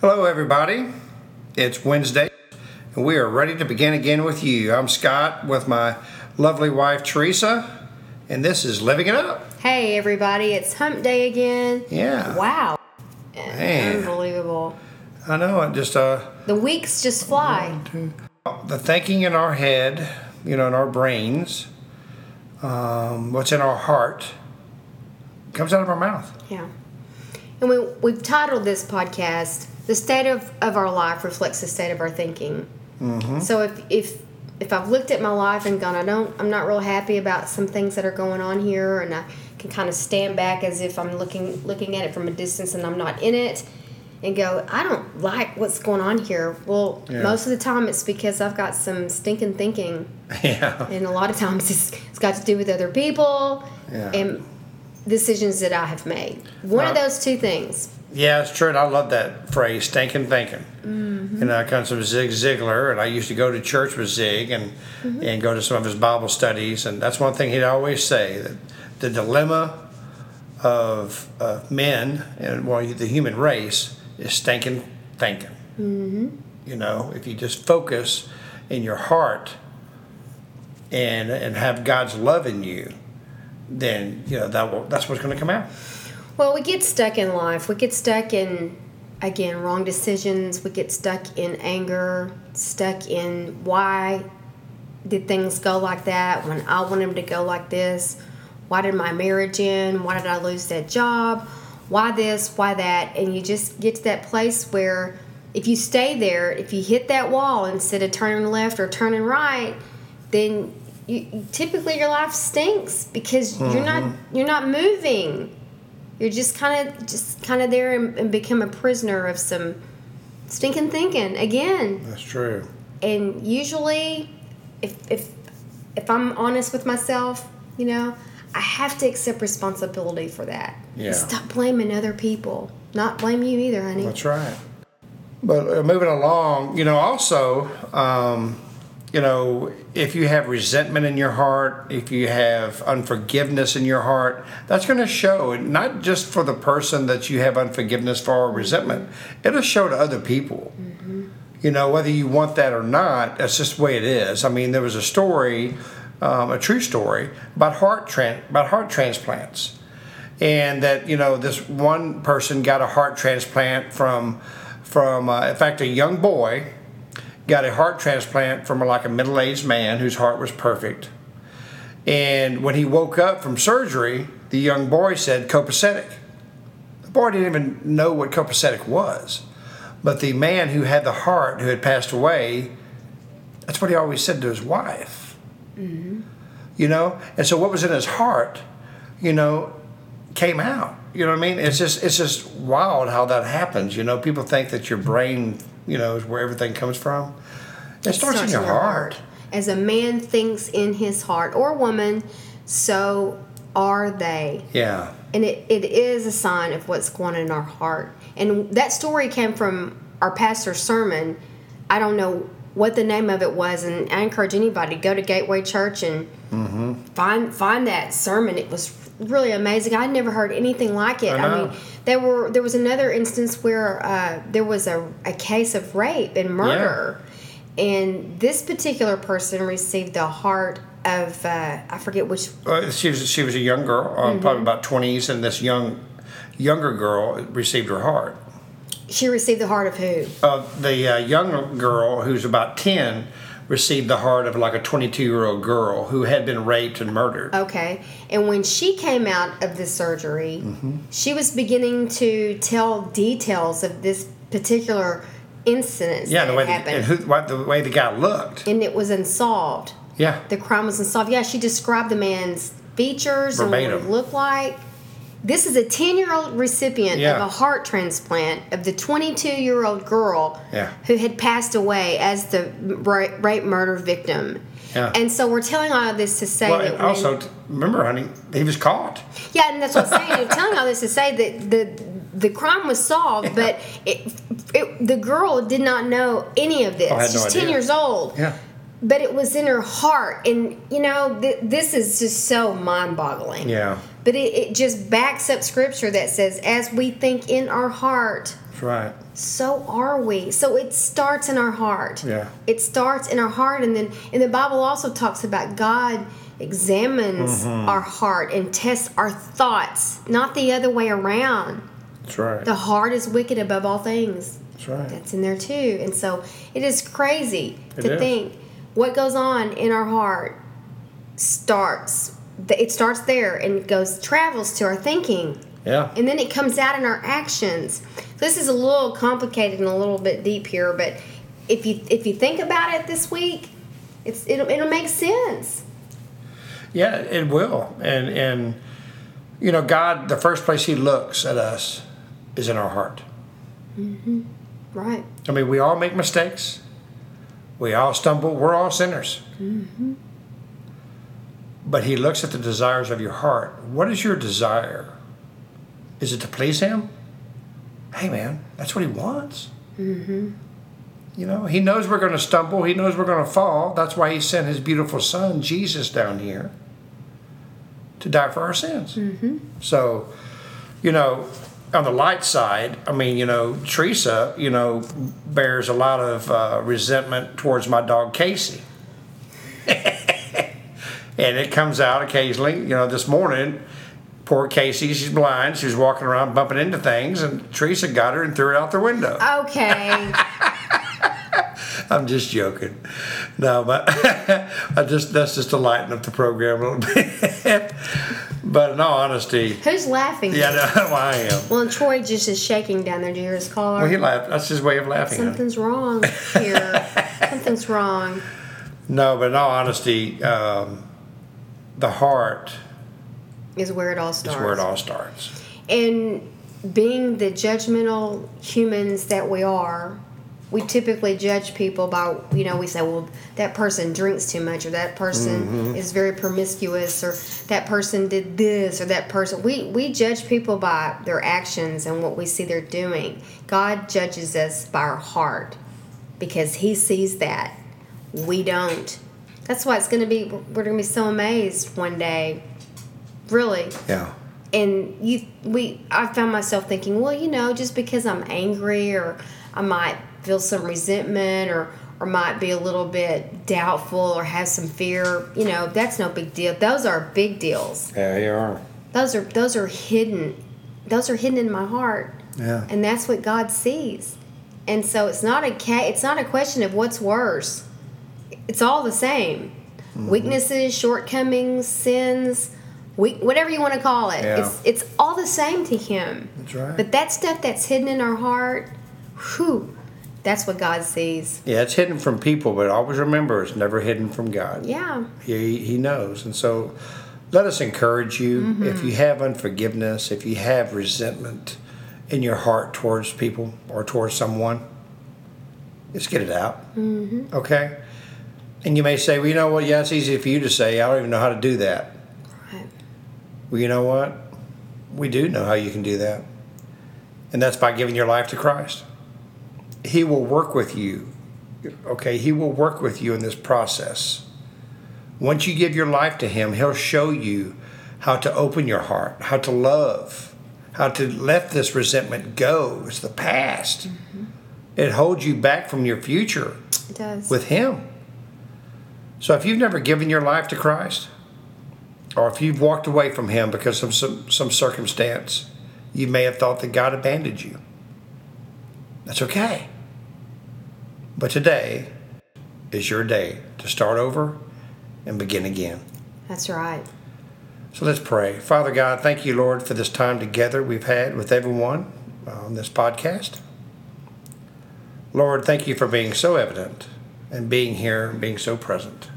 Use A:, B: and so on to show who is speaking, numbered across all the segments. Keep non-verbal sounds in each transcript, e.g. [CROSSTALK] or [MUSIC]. A: Hello, everybody. It's Wednesday, and we are ready to begin again with you. I'm Scott with my lovely wife, Teresa, and this is Living It Up.
B: Hey everybody, it's hump day again.
A: Yeah.
B: Wow.
A: Man.
B: Unbelievable.
A: I know it just, uh,
B: The weeks just fly.
A: the thinking in our head, you know, in our brains, um, what's in our heart, comes out of our mouth.
B: Yeah. And we we've titled this podcast The State of, of Our Life Reflects the State of Our Thinking. So if if if I've looked at my life and gone, I don't I'm not real happy about some things that are going on here and I can kind of stand back as if I'm looking looking at it from a distance and I'm not in it and go, I don't like what's going on here. Well,
A: Yeah.
B: most of the time it's because I've got some stinking thinking
A: Yeah.
B: and a lot of times it's, it's got to do with other people
A: Yeah.
B: and decisions that I have made. One of
A: Now-
B: those two things.
A: Yeah, it's true. And I love that phrase, stinking thinking. You know, it comes from Zig Ziglar, and I used to go to church with Zig and and go to some of his Bible studies, and that's one thing he'd always say that the dilemma of of men and well, the human race is stinking thinking. Mm-hmm. You know, if you just focus in your heart and and have God's love in you, then you know that will that's what's going to come out.
B: Well, we get stuck in life. We get stuck in again wrong decisions. We get stuck in anger. Stuck in why did things go like that when I wanted them to go like this? Why did my marriage end? Why did I lose that job? Why this? Why that? And you just get to that place where if you stay there, if you hit that wall instead of turning left or turning right, then you, typically your life stinks because you're not you're not moving. You're just kind of just kind of there and, and become a prisoner of some stinking thinking again
A: That's true.
B: and usually if if if I'm honest with myself, you know, I have to accept responsibility for that.
A: Yeah.
B: And Stop blaming other people. Not blame you either, honey.
A: That's right. But uh, moving along, you know, also, um, you know, if you have resentment in your heart, if you have unforgiveness in your heart, that's going to show, and not just for the person that you have unforgiveness for or resentment, it'll show to other people. You know, whether you want that or not, that's just the way it is. I mean, there was a story, um, a true story, about heart tran- about heart transplants and that you know this one person got a heart transplant from from uh, in fact a young boy got a heart transplant from like a middle-aged man whose heart was perfect and when he woke up from surgery the young boy said copacetic the boy didn't even know what copacetic was but the man who had the heart who had passed away that's what he always said to his wife Mm-hmm. you know and so what was in his heart you know came out you know what i mean it's just it's just wild how that happens you know people think that your brain you know is where everything comes from it, starts, in your, heart.
B: As a man thinks in his heart or woman, so are they.
A: yeah
B: and it, it is a sign of what's going on in our heart and that story came from our pastor's sermon i don't know what the name of it was and i encourage anybody to go to gateway church and
A: Mm-hmm.
B: find find that sermon it was really amazing i'd never heard anything like it
A: I
B: i,
A: know.
B: mean there were there was another instance where uh, there was a, a case of rape and murder and this particular person received the heart of uh, i forget which
A: Uh, she was she was a young girl um,
B: Mm-hmm.
A: probably about 20s and this young younger girl received her heart
B: she received the heart of who
A: uh, the uh, young girl who's about 10 received the heart of like a 22 year old girl who had been raped and murdered
B: Okay. And when she came out of the surgery,
A: Mm-hmm.
B: she was beginning to tell details of this particular incident
A: yeah
B: that
A: the way the,
B: happened.
A: and
B: And,
A: who, what, the way the guy looked
B: it was unsolved.
A: yeah
B: The crime was unsolved. Yeah, she described the man's features and what
A: Verbatim.
B: he looked like. This is a 10 year old recipient of
A: Yeah.
B: a heart transplant of the 22 year old girl
A: Yeah.
B: who had passed away as the ra- rape murder victim.
A: Yeah.
B: And so we're telling all of this to say
A: well
B: that
A: and
B: when-
A: also t- remember honey he was caught
B: Yeah, and that's what I'm saying. I'm telling all this to say that the the crime was solved, but it, it the girl did not know any of this.
A: Oh, I had no
B: She's ten
A: idea.
B: years old.
A: yeah
B: But it was in her heart, and you know th- this is just so mind-boggling.
A: yeah
B: But it, it just backs up scripture that says, as we think in our heart,
A: That's right.
B: so are we. So it starts in our heart.
A: Yeah.
B: It starts in our heart and then and the Bible also talks about God examines
A: Mm-hmm.
B: our heart and tests our thoughts, not the other way around.
A: That's right.
B: The heart is wicked above all things.
A: That's right.
B: That's in there too. And so it is crazy
A: It
B: to
A: is.
B: think what goes on in our heart starts it starts there and goes travels to our thinking
A: Yeah.
B: and then it comes out in our actions. This is a little complicated and a little bit deep here, but if you if you think about it this week, it's it'll, it'll make sense.
A: Yeah, it will. And and you know, God, the first place He looks at us is in our heart.
B: Right.
A: I mean, we all make mistakes. We all stumble. We're all sinners. But He looks at the desires of your heart. What is your desire? Is it to please Him? Hey, man, that's what He wants. You know, He knows we're going to stumble. He knows we're going to fall. That's why He sent His beautiful Son, Jesus, down here to die for our sins. So, you know, on the light side, I mean, you know, Teresa, you know, bears a lot of uh, resentment towards my dog Casey. [LAUGHS] and it comes out occasionally. You know, this morning, poor Casey, she's blind. She was walking around bumping into things, and Teresa got her and threw it out the window. [LAUGHS]
B: Okay.
A: I'm just joking. No, but [LAUGHS] I just that's just to lighten up the program a little [LAUGHS] bit. but in all honesty,
B: Who's laughing?
A: yeah, no, [LAUGHS] I am.
B: Well, and Troy just is shaking down there. Do you hear his collar?
A: Well, he laughed. That's his way of laughing. at it.
B: Something's wrong here. Something's wrong.
A: No, but in all honesty, um, the heart
B: Is where it all starts.
A: is where it all starts.
B: And being the judgmental humans that we are, we typically judge people by, you know, we say, well, that person drinks too much, or that person is very promiscuous, or that person did this, or that person. We, we judge people by their actions and what we see they're doing. God judges us by our heart because He sees that. We don't. That's why it's going to be, we're going to be so amazed one day, really,
A: Yeah.
B: and you we i found myself thinking well you know just because i'm angry or i might feel some resentment or or might be a little bit doubtful or have some fear you know that's no big deal those are big deals
A: Yeah, you are.
B: those are those are hidden those are hidden in my heart
A: Yeah.
B: and that's what god sees and so it's not a ca- it's not a question of what's worse it's all the same
A: Mm-hmm.
B: weaknesses shortcomings sins weak, whatever you want to call it
A: Yeah.
B: it's it's all the same to him
A: That's right.
B: but that stuff that's hidden in our heart whew that's what god sees
A: yeah, it's hidden from people, but always remember it's never hidden from God.
B: yeah
A: He, he knows. And so let us encourage you if you have unforgiveness, if you have resentment in your heart towards people or towards someone, just get it out. Mm-hmm. Okay? And you may say, well, you know what? Yeah, it's easy for you to say. I don't even know how to do that.
B: Right.
A: Well, you know what? We do know how you can do that. And that's by giving your life to Christ. He will work with you. Okay, He will work with you in this process. Once you give your life to Him, He'll show you how to open your heart, how to love, how to let this resentment go. It's the past, it holds you back from your future
B: it does
A: with Him. So if you've never given your life to Christ, or if you've walked away from Him because of some, some circumstance, you may have thought that God abandoned you. That's okay. But today is your day to start over and begin again.
B: that's right
A: So let's pray. Father God, thank you, Lord, for this time together we've had with everyone uh, on this podcast. Lord, thank you for being so evident and being here and being so present.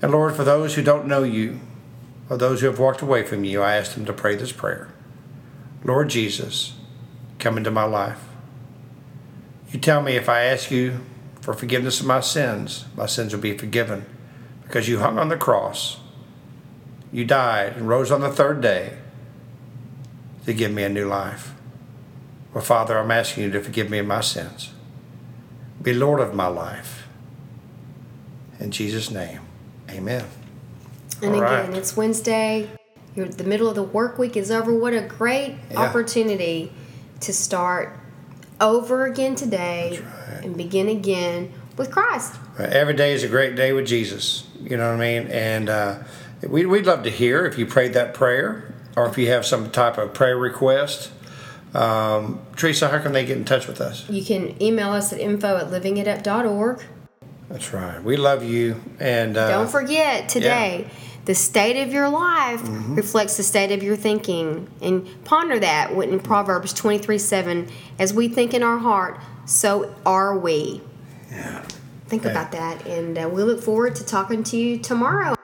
A: And Lord, for those who don't know you or those who have walked away from you, I ask them to pray this prayer Lord Jesus, come into my life. You tell me if I ask you for forgiveness of my sins, my sins will be forgiven because you hung on the cross you died and rose on the third day to give me a new life. Well, Father, I'm asking you to forgive me of my sins. Be Lord of my life. In Jesus' name, amen.
B: And
A: All right.
B: again, it's Wednesday. You're the middle of the work week is over. What a great
A: Yeah.
B: opportunity to start over again today and begin again with Christ.
A: Uh, Every day is a great day with Jesus. You know what I mean? And uh, we, we'd love to hear if you prayed that prayer or if you have some type of prayer request. Um, Teresa, how can they get in touch with us?
B: You can email us at info at livingitup.org.
A: That's right. We love you. And uh,
B: Don't forget today, the state of your life
A: Mm-hmm.
B: reflects the state of your thinking. And ponder that in Proverbs 23 7. As we think in our heart, so are we.
A: Yeah.
B: Think
A: Yeah.
B: about that. And uh, we look forward to talking to you tomorrow.